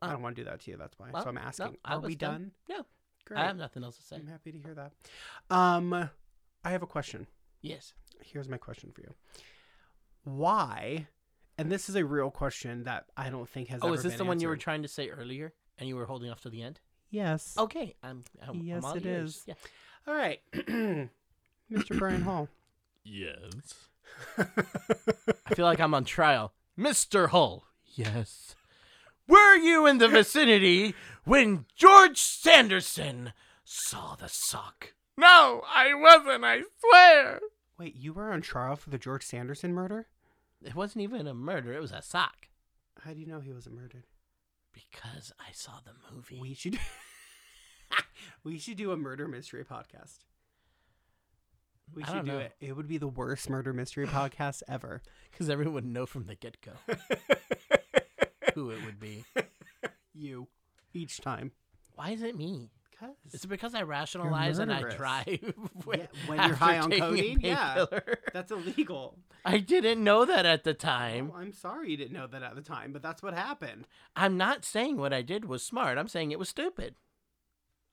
I
Oh.
don't want to do that to you. That's why.
Well,
so I'm
no,
asking,
I
are
was
we done?
done. Yeah.
great.
I have nothing else to say.
I'm happy to hear that. Um, I have a question.
Yes.
Here's my question for you. Why? And this is a real question that I don't think has.
Oh,
ever
is this
been
the one you were
answered.
trying to say earlier, and you were holding off to the end?
Yes.
Okay. I'm. I'm
Yes,
I'm all
it
ears.
is.
Yeah.
All right, Mr. Brian Hall.
Yes.
I feel like I'm on trial. Mr. Hull. Yes. Were you in the vicinity when George Sanderson saw the sock? No, I wasn't, I swear.
Wait, you were on trial for the George Sanderson murder?
It wasn't even a murder, it was a sock.
How do you know he wasn't murdered?
Because I saw the movie.
We should We should do a murder mystery podcast. We
I
should
don't
do
know.
it. It would be the worst murder mystery podcast ever.
Because everyone would know from the get go who it would be.
you each time.
Why is it me? Is
Cuz
it because I rationalize and I
murderous.
drive when,
Yeah, when you're high on codeine? Yeah.
Yeah.
that's illegal.
I didn't know that at the time.
Well, I'm sorry you didn't know that at the time, but that's what happened.
I'm not saying what I did was smart. I'm saying it was stupid.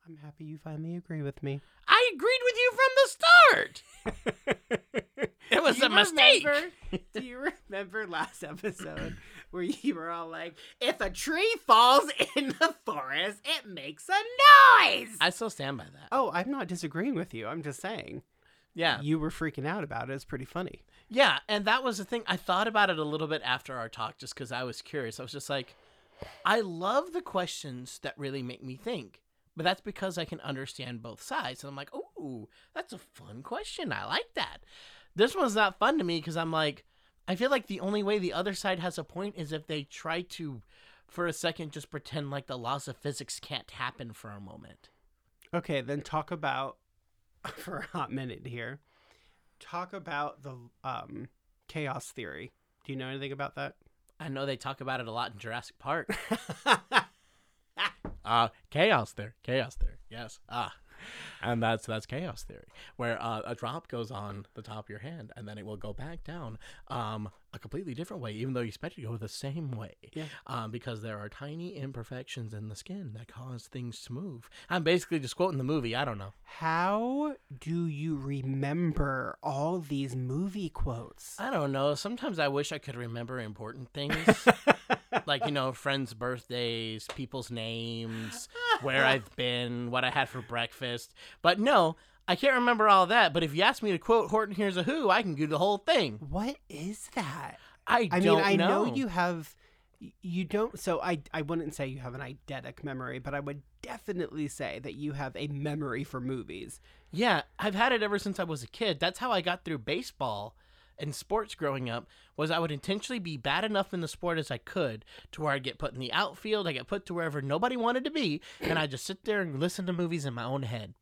I'm happy you finally agree with me.
I agreed with you from the start. It was
Do
a
you
mistake.
remember- do you remember last episode where you were all like, if a tree falls in the forest, it makes a noise?
I still stand by that.
oh, I'm not disagreeing with you. I'm just saying.
Yeah.
You were freaking out about it. It's pretty funny.
Yeah. And that was the thing. I thought about it a little bit after our talk just because I was curious. I was just like, I love the questions that really make me think, but that's because I can understand both sides. And I'm like, oh, that's a fun question. I like that. This one's not fun to me because I'm like, I feel like the only way the other side has a point is if they try to, for a second, just pretend like the laws of physics can't happen for a moment.
Okay, then talk about for a hot minute here. Talk about the um, chaos theory. Do you know anything about that?
I know they talk about it a lot in Jurassic Park. uh, chaos there, chaos there, yes. Ah, and that's that's chaos theory, where uh, a drop goes on the top of your hand, and then it will go back down um, a completely different way, even though you expect it to go the same way.
Yeah.
Um, because there are tiny imperfections in the skin that cause things to move. I'm basically just quoting the movie. I don't know.
How do you remember all these movie quotes?
I don't know. Sometimes I wish I could remember important things. like, you know, friends' birthdays, people's names, where I've been, what I had for breakfast. But no, I can't remember all that. But if you ask me to quote Horton Hears a Who, I can do the whole thing.
What is that?
I,
I mean,
don't
I know.
know.
you have you don't so I I wouldn't say you have an eidetic memory, but I would definitely say that you have a memory for movies.
Yeah, I've had it ever since I was a kid. That's how I got through baseball and sports growing up was I would intentionally be bad enough in the sport as I could to where I'd get put in the outfield, I get put to wherever nobody wanted to be, and I just sit there and listen to movies in my own head.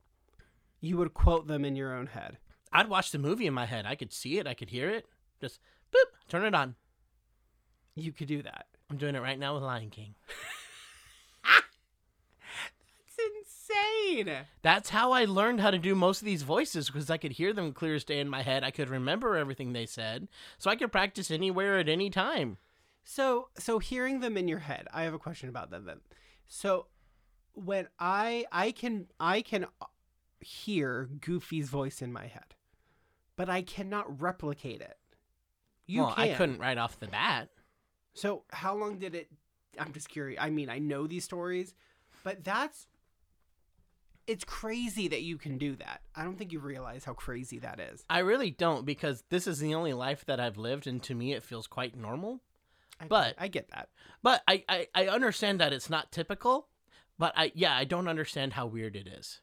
You would quote them in your own head.
I'd watch the movie in my head. I could see it, I could hear it. Just boop, turn it on.
You could do that.
I'm doing it right now with Lion King.
It's insane.
That's how I learned how to do most of these voices because I could hear them clear as day in my head. I could remember everything they said, so I could practice anywhere at any time.
So, so hearing them in your head, I have a question about them. Then, so when I I can I can hear Goofy's voice in my head, but I cannot replicate it. You
well, I
can.
couldn't right off the bat.
So how long did it? I'm just curious. I mean, I know these stories, but that's it's crazy that you can do that. I don't think you realize how crazy that is.
I really don't because this is the only life that I've lived, and to me, it feels quite normal.
I,
But-
I get that.
But I, I, I understand that it's not typical. But I, yeah, I don't understand how weird it is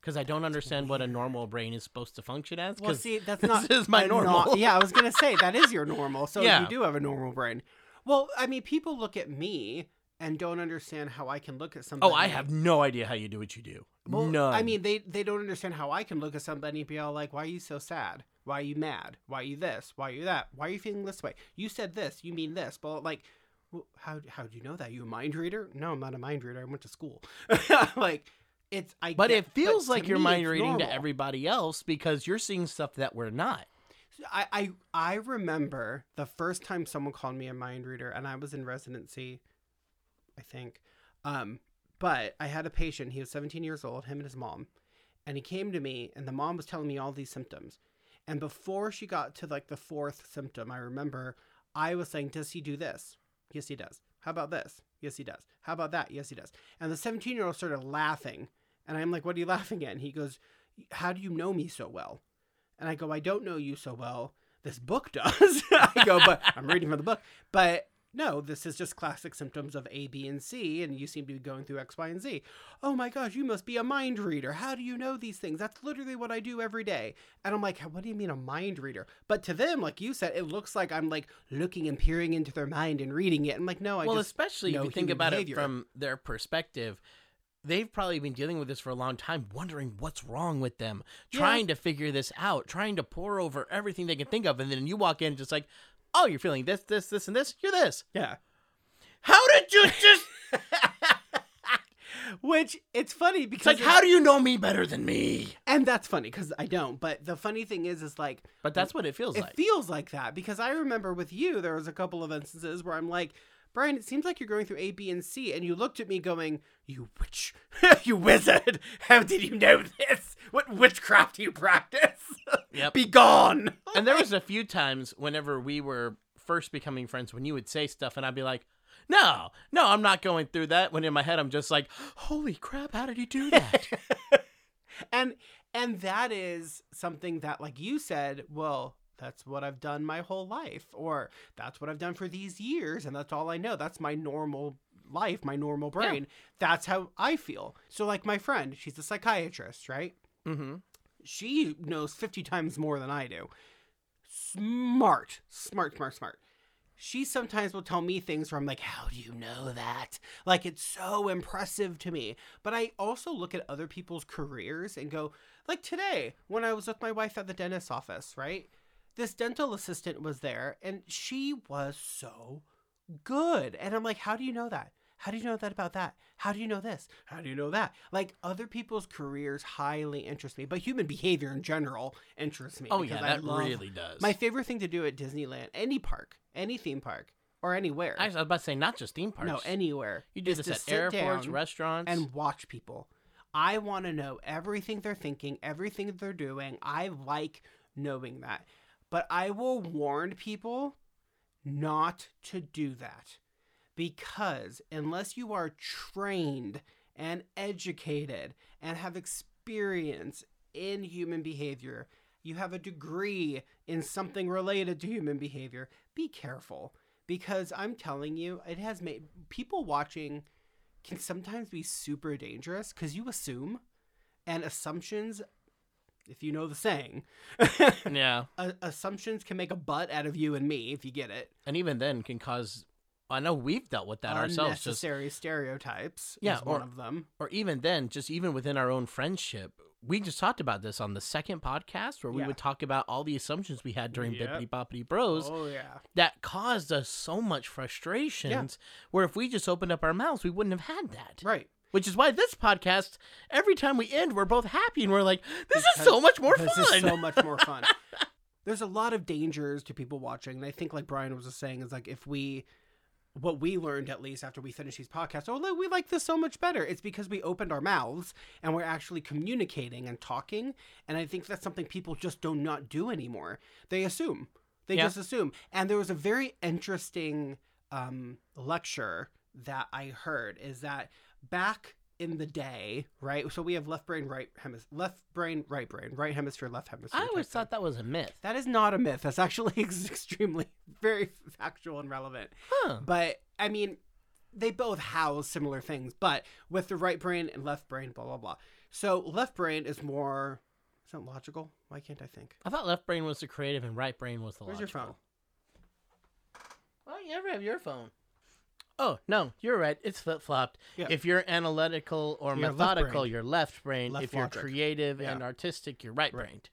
because I don't understand what a normal brain is supposed to function as.
Well,
'cause
see, that's
this
not
is my
a
normal.
yeah, I was gonna say that is your normal. So
Yeah.
you do have a normal brain. Well, I mean, people look at me and don't understand how I can look at somebody.
oh, I have no idea how you do what you do.
Well,
None.
I mean, they they don't understand how I can look at somebody and be all like, "Why are you so sad? Why are you mad? Why are you this? Why are you that? Why are you feeling this way? You said this. You mean this?" But like, well, how how do you know that? You a mind reader? No, I'm not a mind reader. I went to school. like, it's I.
But
get-
it feels
to
like you're
me,
mind
it's
reading to
normal.
everybody else because you're seeing stuff that we're not.
I, I I remember the first time someone called me a mind reader, and I was in residency, I think. Um, but I had a patient. He was 17 years old. Him and his mom, and he came to me, and the mom was telling me all these symptoms. And before she got to like the fourth symptom, I remember I was saying, "Does he do this? Yes, he does. How about this? Yes, he does. How about that? Yes, he does." And the 17 year old started laughing, and I'm like, "What are you laughing at?" And he goes, "How do you know me so well?" And I go, I don't know you so well. This book does. I go, but I'm reading from the book. But no, this is just classic symptoms of A, B, and C, and you seem to be going through X, Y, and Z. Oh my gosh, you must be a mind reader. How do you know these things? That's literally what I do every day. And I'm like, what do you mean a mind reader? But to them, like you said, it looks like I'm like looking and peering into their mind and reading it. I'm like, no, I
well,
just
especially if
know
you think
human
about
behavior.
it from their perspective, they've probably been dealing with this for a long time, wondering what's wrong with them,
Yeah.
trying to figure this out, trying to pour over everything they can think of, and then you walk in just like, oh, you're feeling this, this, this, and this. You're this.
yeah.
How did you just?
Which it's funny
It's
because
like, how do you know me better than me?
and that's funny because I don't. But the funny thing is, is like
But that's what it feels
it
like.
feels like that because I remember with you there was a couple of instances where I'm like, Brian, it seems like you're going through A, B, and C, and you looked at me going, "You witch, you wizard! How did you know this? What witchcraft do you practice?
Yep.
Be gone!"
and there was a few times whenever we were first becoming friends when you would say stuff and I'd be like, "No, no, I'm not going through that." When in my head I'm just like, "Holy crap, how did you do that?"
and and that is something that like you said well that's what i've done my whole life or that's what i've done for these years and that's all i know that's my normal life my normal brain that's how i feel so like my friend she's a psychiatrist right
mm-hmm.
she knows 50 times more than I do. Smart, smart, smart, smart. She sometimes will tell me things where I'm like, How do you know that? Like, it's so impressive to me. But I also look at other people's careers and go, Like today, when I was with my wife at the dentist's office, right? This dental assistant was there and she was so good. And I'm like, How do you know that? How do you know that about that? How do you know this? How do you know that? Like other people's careers highly interest me, but human behavior in general interests me.
Oh
because
yeah,
I
that
love-
really does.
My favorite thing to do at Disneyland, any park, any theme park, or anywhere.
I was about to say not just theme parks.
no, anywhere.
you do
is
this
to
at
sit
airports,
down
restaurants,
and watch people. I want to know everything they're thinking, everything they're doing. I like knowing that. But I will warn people not to do that because unless you are trained and educated and have experience in human behavior, you have a degree in something related to human behavior, be careful because I'm telling you, it has made people watching can sometimes be super dangerous because you assume and assumptions if you know the saying
yeah,
a- assumptions can make a butt out of you and me if you get it
and even then can cause. I know we've dealt with that ourselves. Just
unnecessary stereotypes
Yeah,
is one
or-
of them
or even then, just even within our own friendship, we just talked about this on the second podcast where we
Yeah.
would talk about all the assumptions we had during
Yep.
Bippity Boppity Bros
Oh yeah.
that caused us so much frustrations where if we just opened up our mouths, we wouldn't have had that.
Right.
Which is why this podcast, every time we end, we're both happy and we're like, this is
Because-
so much more
this
fun.
is so much more fun. There's a lot of dangers to people watching, and I think, like Brian was just saying, is like if we, what we learned at least after we finished these podcasts, oh look, we like this so much better. It's because we opened our mouths and we're actually communicating and talking, and I think that's something people just do not do anymore. They assume, they
Yeah.
just assume. And there was a very interesting um, lecture that I heard is that back in the day, right? So we have left brain, right hemisphere, left brain, right brain, right hemisphere, left hemisphere.
I always
type thing.
thought that was a myth.
that is not a myth. That's actually extremely very factual and relevant.
Huh.
But I mean, they both house similar things, but with the right brain and left brain, blah blah blah. So left brain is more is that logical? Why can't I think?
I thought left brain was the creative and right brain was the
Where's
logical.
your phone?
Well, you never have your phone. Oh no, you're right. It's flip flopped.
Yeah.
If you're analytical or
You're
methodical,
left-brained.
you're left brain.
Left
if you're
logic.
creative
Yeah.
and artistic, you're right brained.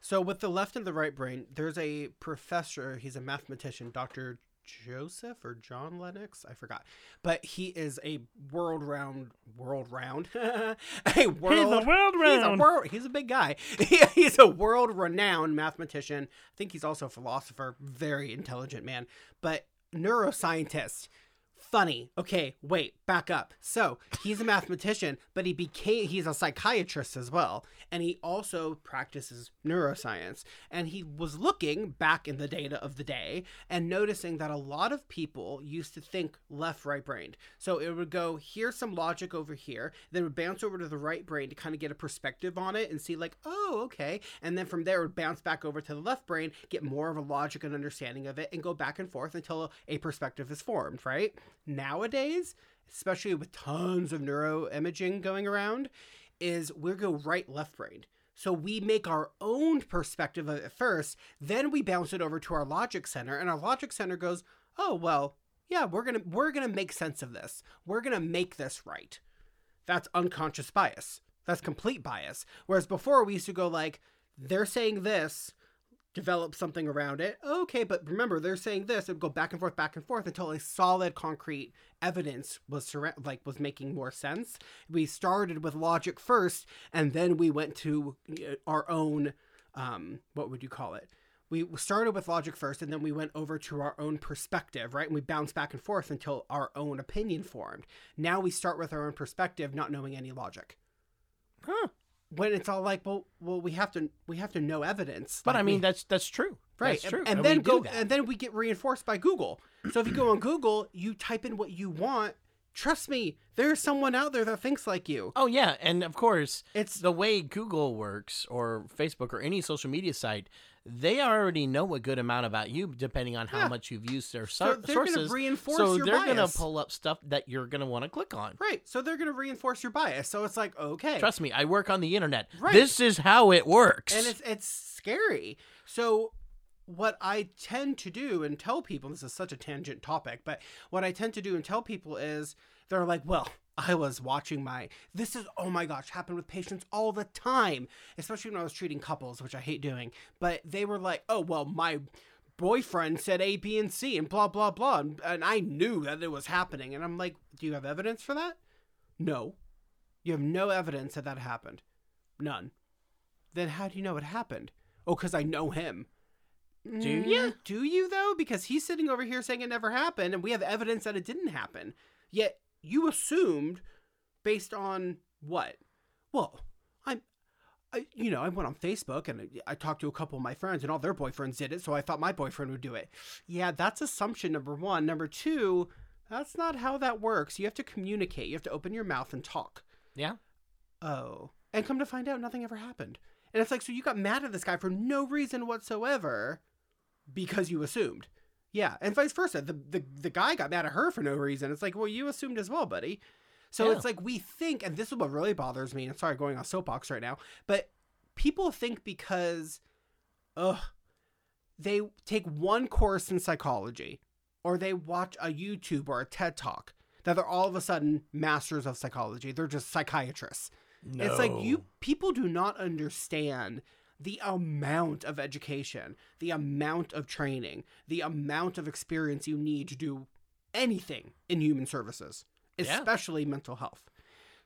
So with the left and the right brain, there's a professor, he's a mathematician, Dr. Joseph or John Lennox, I forgot. But he is a world round world round. a world
He's a world
He's a
round.
world he's a big guy. He- he's a world renowned mathematician. I think he's also a philosopher, very intelligent man, but neuroscientist. Funny. Okay, wait, back up. So he's a mathematician, but he became he's a psychiatrist as well, and he also practices neuroscience. And he was looking back in the data of the day and noticing that a lot of people used to think left right brained. So it would go here's some logic over here, then it would bounce over to the right brain to kind of get a perspective on it and see like, oh, okay. And then from there it would bounce back over to the left brain, get more of a logic and understanding of it, and go back and forth until a perspective is formed, right? Nowadays, especially with tons of neuroimaging going around, is we go right left brained. So we make our own perspective of it first, then we bounce it over to our logic center, and our logic center goes, "Oh well, yeah, we're gonna we're gonna make sense of this. We're gonna make this right." That's unconscious bias. That's complete bias. Whereas before we used to go like, "They're saying this." Develop something around it. Okay, but remember, they're saying this. It would go back and forth, back and forth until a solid, concrete evidence was surra- like was making more sense. We started with logic first, and then we went to uh, our own um, what would you call it? We started with logic first, and then we went over to our own perspective, right? And we bounced back and forth until our own opinion formed. Now we start with our own perspective, not knowing any logic.
Huh.
When it's all like, well, well, we have to, we have to know evidence.
But
Like,
I
we
mean, that's that's true.
Right.
That's true.
And, and
we
then
do
go
that.
and then we get reinforced by Google. So if you go on Google, you type in what you want. Trust me, there's someone out there that thinks like you.
Oh yeah, and of course,
It's-
the way Google works or Facebook or any social media site. They already know a good amount about you, depending on how
Yeah.
much you've used their so
So they're gonna
sources.
reinforce
so
your
they're gonna
bias.
pull up stuff that you're gonna want to click on.
Right. So they're going to reinforce your bias. So it's like, okay.
Trust me, I work on the internet.
Right.
This is how it works.
and it's it's scary. So what I tend to do and tell people this is such a tangent topic, but what I tend to do and tell people is they're like, "Well, I was watching my this is oh my gosh, happened with patients all the time, especially when I was treating couples, which I hate doing." But they were like, "Oh, well, my boyfriend said A, B, and C and blah blah blah." And, and I knew that it was happening, and I'm like, "Do you have evidence for that?" No. You have no evidence that that happened. None then how do you know it happened? Oh, because I know him. Mm,
Do ya?
Do you though? Because he's sitting over here saying it never happened, and we have evidence that it didn't happen. Yet you assumed, based on what? Well, I'm, I, you know, I went on Facebook and I, I talked to a couple of my friends, and all their boyfriends did it, so I thought my boyfriend would do it. Yeah, that's assumption number one. Number two, that's not how that works. You have to communicate. You have to open your mouth and talk
yeah.
oh and come to find out nothing ever happened and it's like so you got mad at this guy for no reason whatsoever because you assumed yeah and vice versa the the, the guy got mad at her for no reason it's like well you assumed as well buddy so
Yeah.
it's like we think and this is what really bothers me and sorry going on soapbox right now but people think because ugh they take one course in psychology or they watch a YouTube or a TED talk that they're all of a sudden masters of psychology. They're just psychiatrists. It's like you people do not understand the amount of education, the amount of training, the amount of experience you need to do anything in human services,
Yeah.
especially mental health.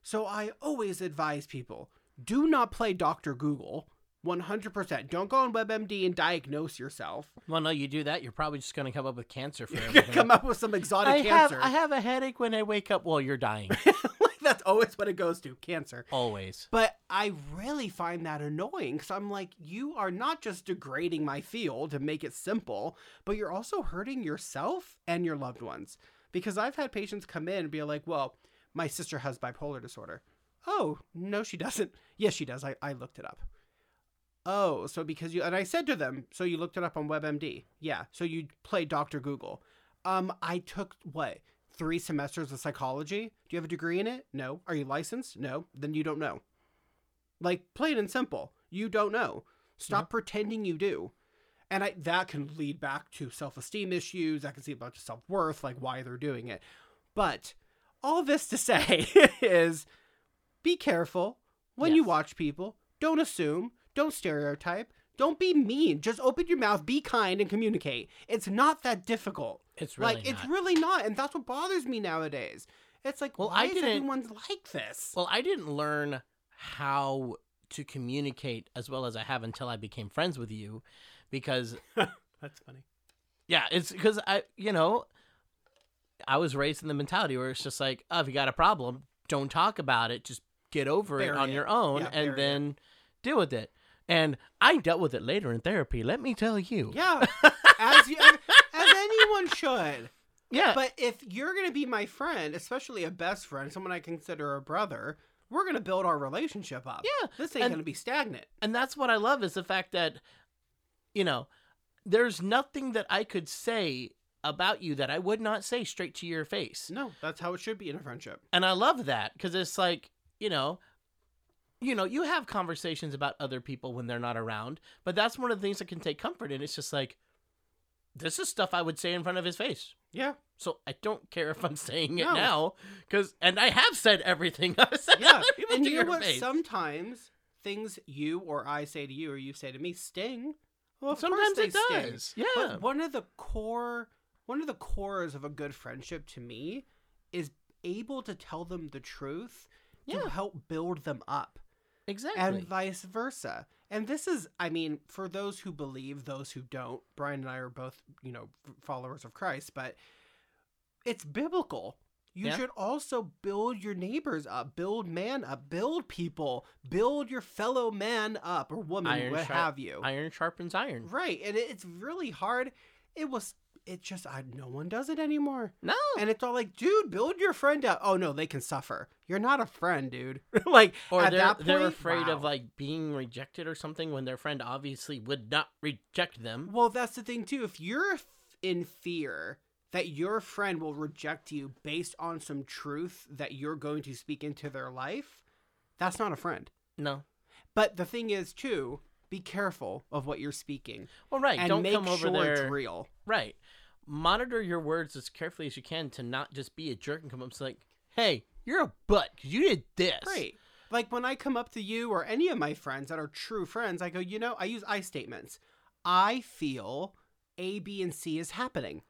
So I always advise people do not play Dr. Google 100%. Don't go on WebMD and diagnose yourself.
Well, no, you do that, you're probably just going to come up with cancer for everything.
Come up with some exotic
I have,
cancer.
I have a headache when I wake up. Well, you're dying.
like, that's always what it goes to cancer.
Always.
But I really find that annoying because I'm like, you are not just degrading my field to make it simple, but you're also hurting yourself and your loved ones. Because I've had patients come in and be like, well, my sister has bipolar disorder. Oh, no, she doesn't. Yes, she does. I, I looked it up. Oh, so because you, and I said to them, so you looked it up on WebMD. Yeah. So you play Dr. Google. Um, I took what? Three semesters of psychology. Do you have a degree in it? No. Are you licensed? No. Then you don't know. Like plain and simple. You don't know. Stop pretending you do. And I that can lead back to self-esteem issues. I can see a bunch of self-worth, like why they're doing it. But all this to say is be careful when you
Yes.
watch people. Don't assume, don't stereotype, don't be mean. Just open your mouth, be kind and communicate. It's not that difficult.
It's really
like
not.
it's really not, and that's what bothers me nowadays. It's like
Well,
why
I
is
didn't-
everyone like this?
Well, I didn't learn how to communicate as well as I have until I became friends with you because
that's funny.
yeah, it's because I, you know, I was raised in the mentality where it's just like, oh, if you got a problem, don't talk about it. Just get over it
Bury
on
it.
your own
Yeah, bury it.
and then deal with it. And I dealt with it later in therapy. Let me tell you.
Yeah, as you, as anyone should.
Yeah.
But if you're gonna be my friend, especially a best friend, someone I consider a brother, we're gonna build our relationship up.
Yeah,
this ain't
and-
gonna be stagnant.
and that's what I love is the fact that, you know, there's nothing that I could say about you that I would not say straight to your face.
No, that's how it should be in a friendship.
and I love that because it's like you know, you know, you have conversations about other people when they're not around, but that's one of the things I can take comfort in. It's just like this is stuff I would say in front of his face,
Yeah,
so I don't care if I'm saying it
No.
now because and I have said everything I've said
yeah.
other people
and
to
you
your
know what?
face.
Sometimes things you or I say to you or you say to me sting. Well, of course
Sometimes
they
it
sting.
does. Yeah.
But one of the core, one of the cores of a good friendship to me is able to tell them the truth
Yeah.
to help build them up
exactly.
and vice versa. And this is, I mean, for those who believe, those who don't, Brian and I are both, you know, f- followers of Christ, but it's biblical. You
Yeah.
should also build your neighbors up, build man up, build people, build your fellow man up or woman,
Iron
what
sharp-
have you.
iron sharpens iron.
Right. And it- it's really hard. It was, it just, I, no one does it anymore.
No.
And it's all like, dude, build your friend up. Oh, no, they can suffer. You're not a friend, dude. like,
or
at
they're,
that point,
they're afraid
wow.
of like being rejected or something when their friend obviously would not reject them.
Well, that's the thing too. If you're f- in fear that your friend will reject you based on some truth that you're going to speak into their life, that's not a friend.
No.
But the thing is too, be careful of what you're speaking
Well, right.
and
Don't
make
come over
sure
there.
it's real.
Right. Monitor your words as carefully as you can to not just be a jerk and come up and say, like, hey, you're a butt because you did this.
Right. Like when I come up to you or any of my friends that are true friends, I go, you know, I use I statements. I feel A, B, and C is happening.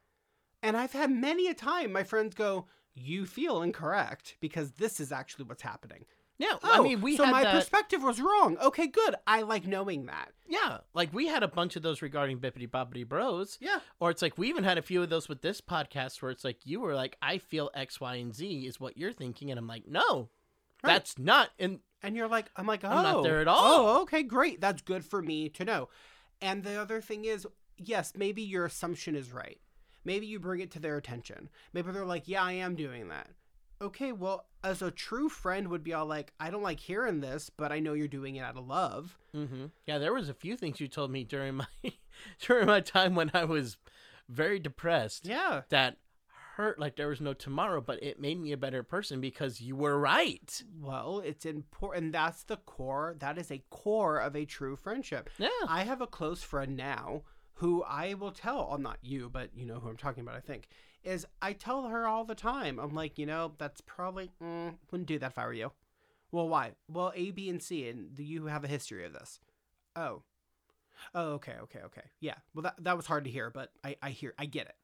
And I've had many a time my friends go, you feel incorrect because this is actually what's happening.
Yeah. I
Oh,
mean, we
so
had
my
that.
perspective was wrong. Okay, good. I like knowing that.
yeah. Like, we had a bunch of those regarding Bippity Boppity Bros.
Yeah.
Or it's like, we even had a few of those with this podcast where it's like, you were like, I feel X, Y, and Z is what you're thinking. And I'm like, no,
Right.
that's not. And
And you're like, I'm like, oh,
I'm not there at all.
Oh, okay, great. That's good for me to know. And the other thing is, yes, maybe your assumption is right. Maybe you bring it to their attention. Maybe they're like, yeah, I am doing that. Okay, well, as a true friend would be all like, I don't like hearing this, but I know you're doing it out of love.
hmm yeah, there was a few things you told me during my during my time when I was very depressed.
Yeah.
that hurt like there was no tomorrow, but it made me a better person because you were right.
Well, it's important. That's the core. That is a core of a true friendship.
Yeah.
I have a close friend now who I will tell, well, not you, but you know who I'm talking about, I think, is I tell her all the time, I'm like, you know, that's probably, mm, wouldn't do that if I were you. Well, why? Well, A, B, and C, and do you have a history of this? Oh. Oh, okay, okay, okay. Yeah. Well, that, that was hard to hear, but I, I hear, I get it.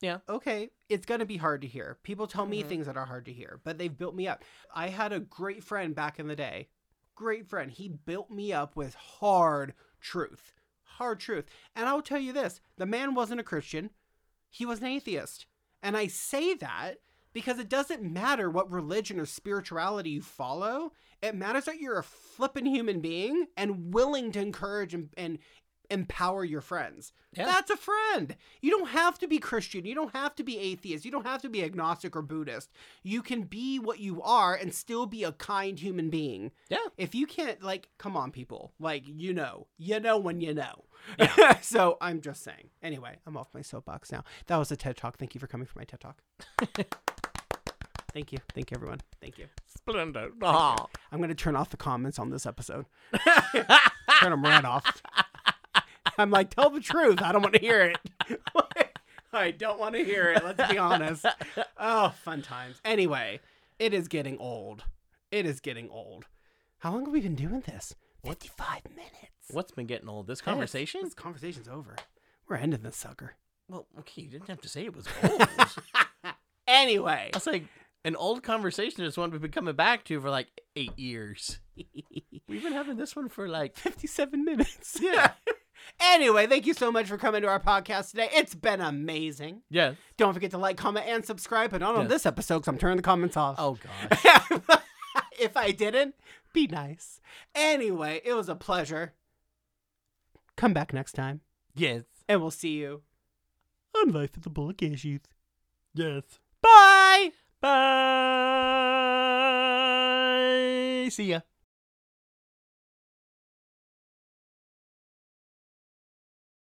Yeah.
Okay. It's going to be hard to hear. People tell me things that are hard to hear, but they've built me up. I had a great friend back in the day. Great friend. He built me up with hard truth. Hard truth. And I'll tell you this the man wasn't a Christian, he was an atheist. And I say that because it doesn't matter what religion or spirituality you follow. It matters that you're a flippin' human being and willing to encourage and, and empower your friends.
Yeah.
That's a friend. You don't have to be Christian. You don't have to be atheist. You don't have to be agnostic or Buddhist. You can be what you are and still be a kind human being.
Yeah.
If you can't, like, come on, people. Like, you know, you know when you know. so I'm just saying. Anyway, I'm off my soapbox now. That was a TED Talk. Thank you for coming for my TED Talk. Thank you. Thank you, everyone. Thank you.
Splendid.
Oh.
I'm going to turn off the comments on this episode. turn them right off. I'm like, tell the truth. I don't want to hear it. I don't want to hear it. Let's be honest. Oh, fun times. Anyway, it is getting old. It is getting old. How long have we been doing this? 55 minutes.
What's been getting old? This conversation?
This conversation's over. We're ending this sucker.
Well, okay, you didn't have to say it was old. I
Anyway.
was like, an old conversation is one we've been coming back to for like eight years. We've been having this one for like
57 minutes. Yeah. anyway, thank you so much for coming to our podcast today. It's been amazing.
yeah.
Don't forget to like, comment, and subscribe. But not on
Yes.
this episode because I'm turning the comments off.
Oh gosh.
if I didn't, be nice. Anyway, it was a pleasure. Come back next time,
Yes.
and we'll see you on Life of the Bullock Issues.
Yes.
Bye!
Bye. See ya.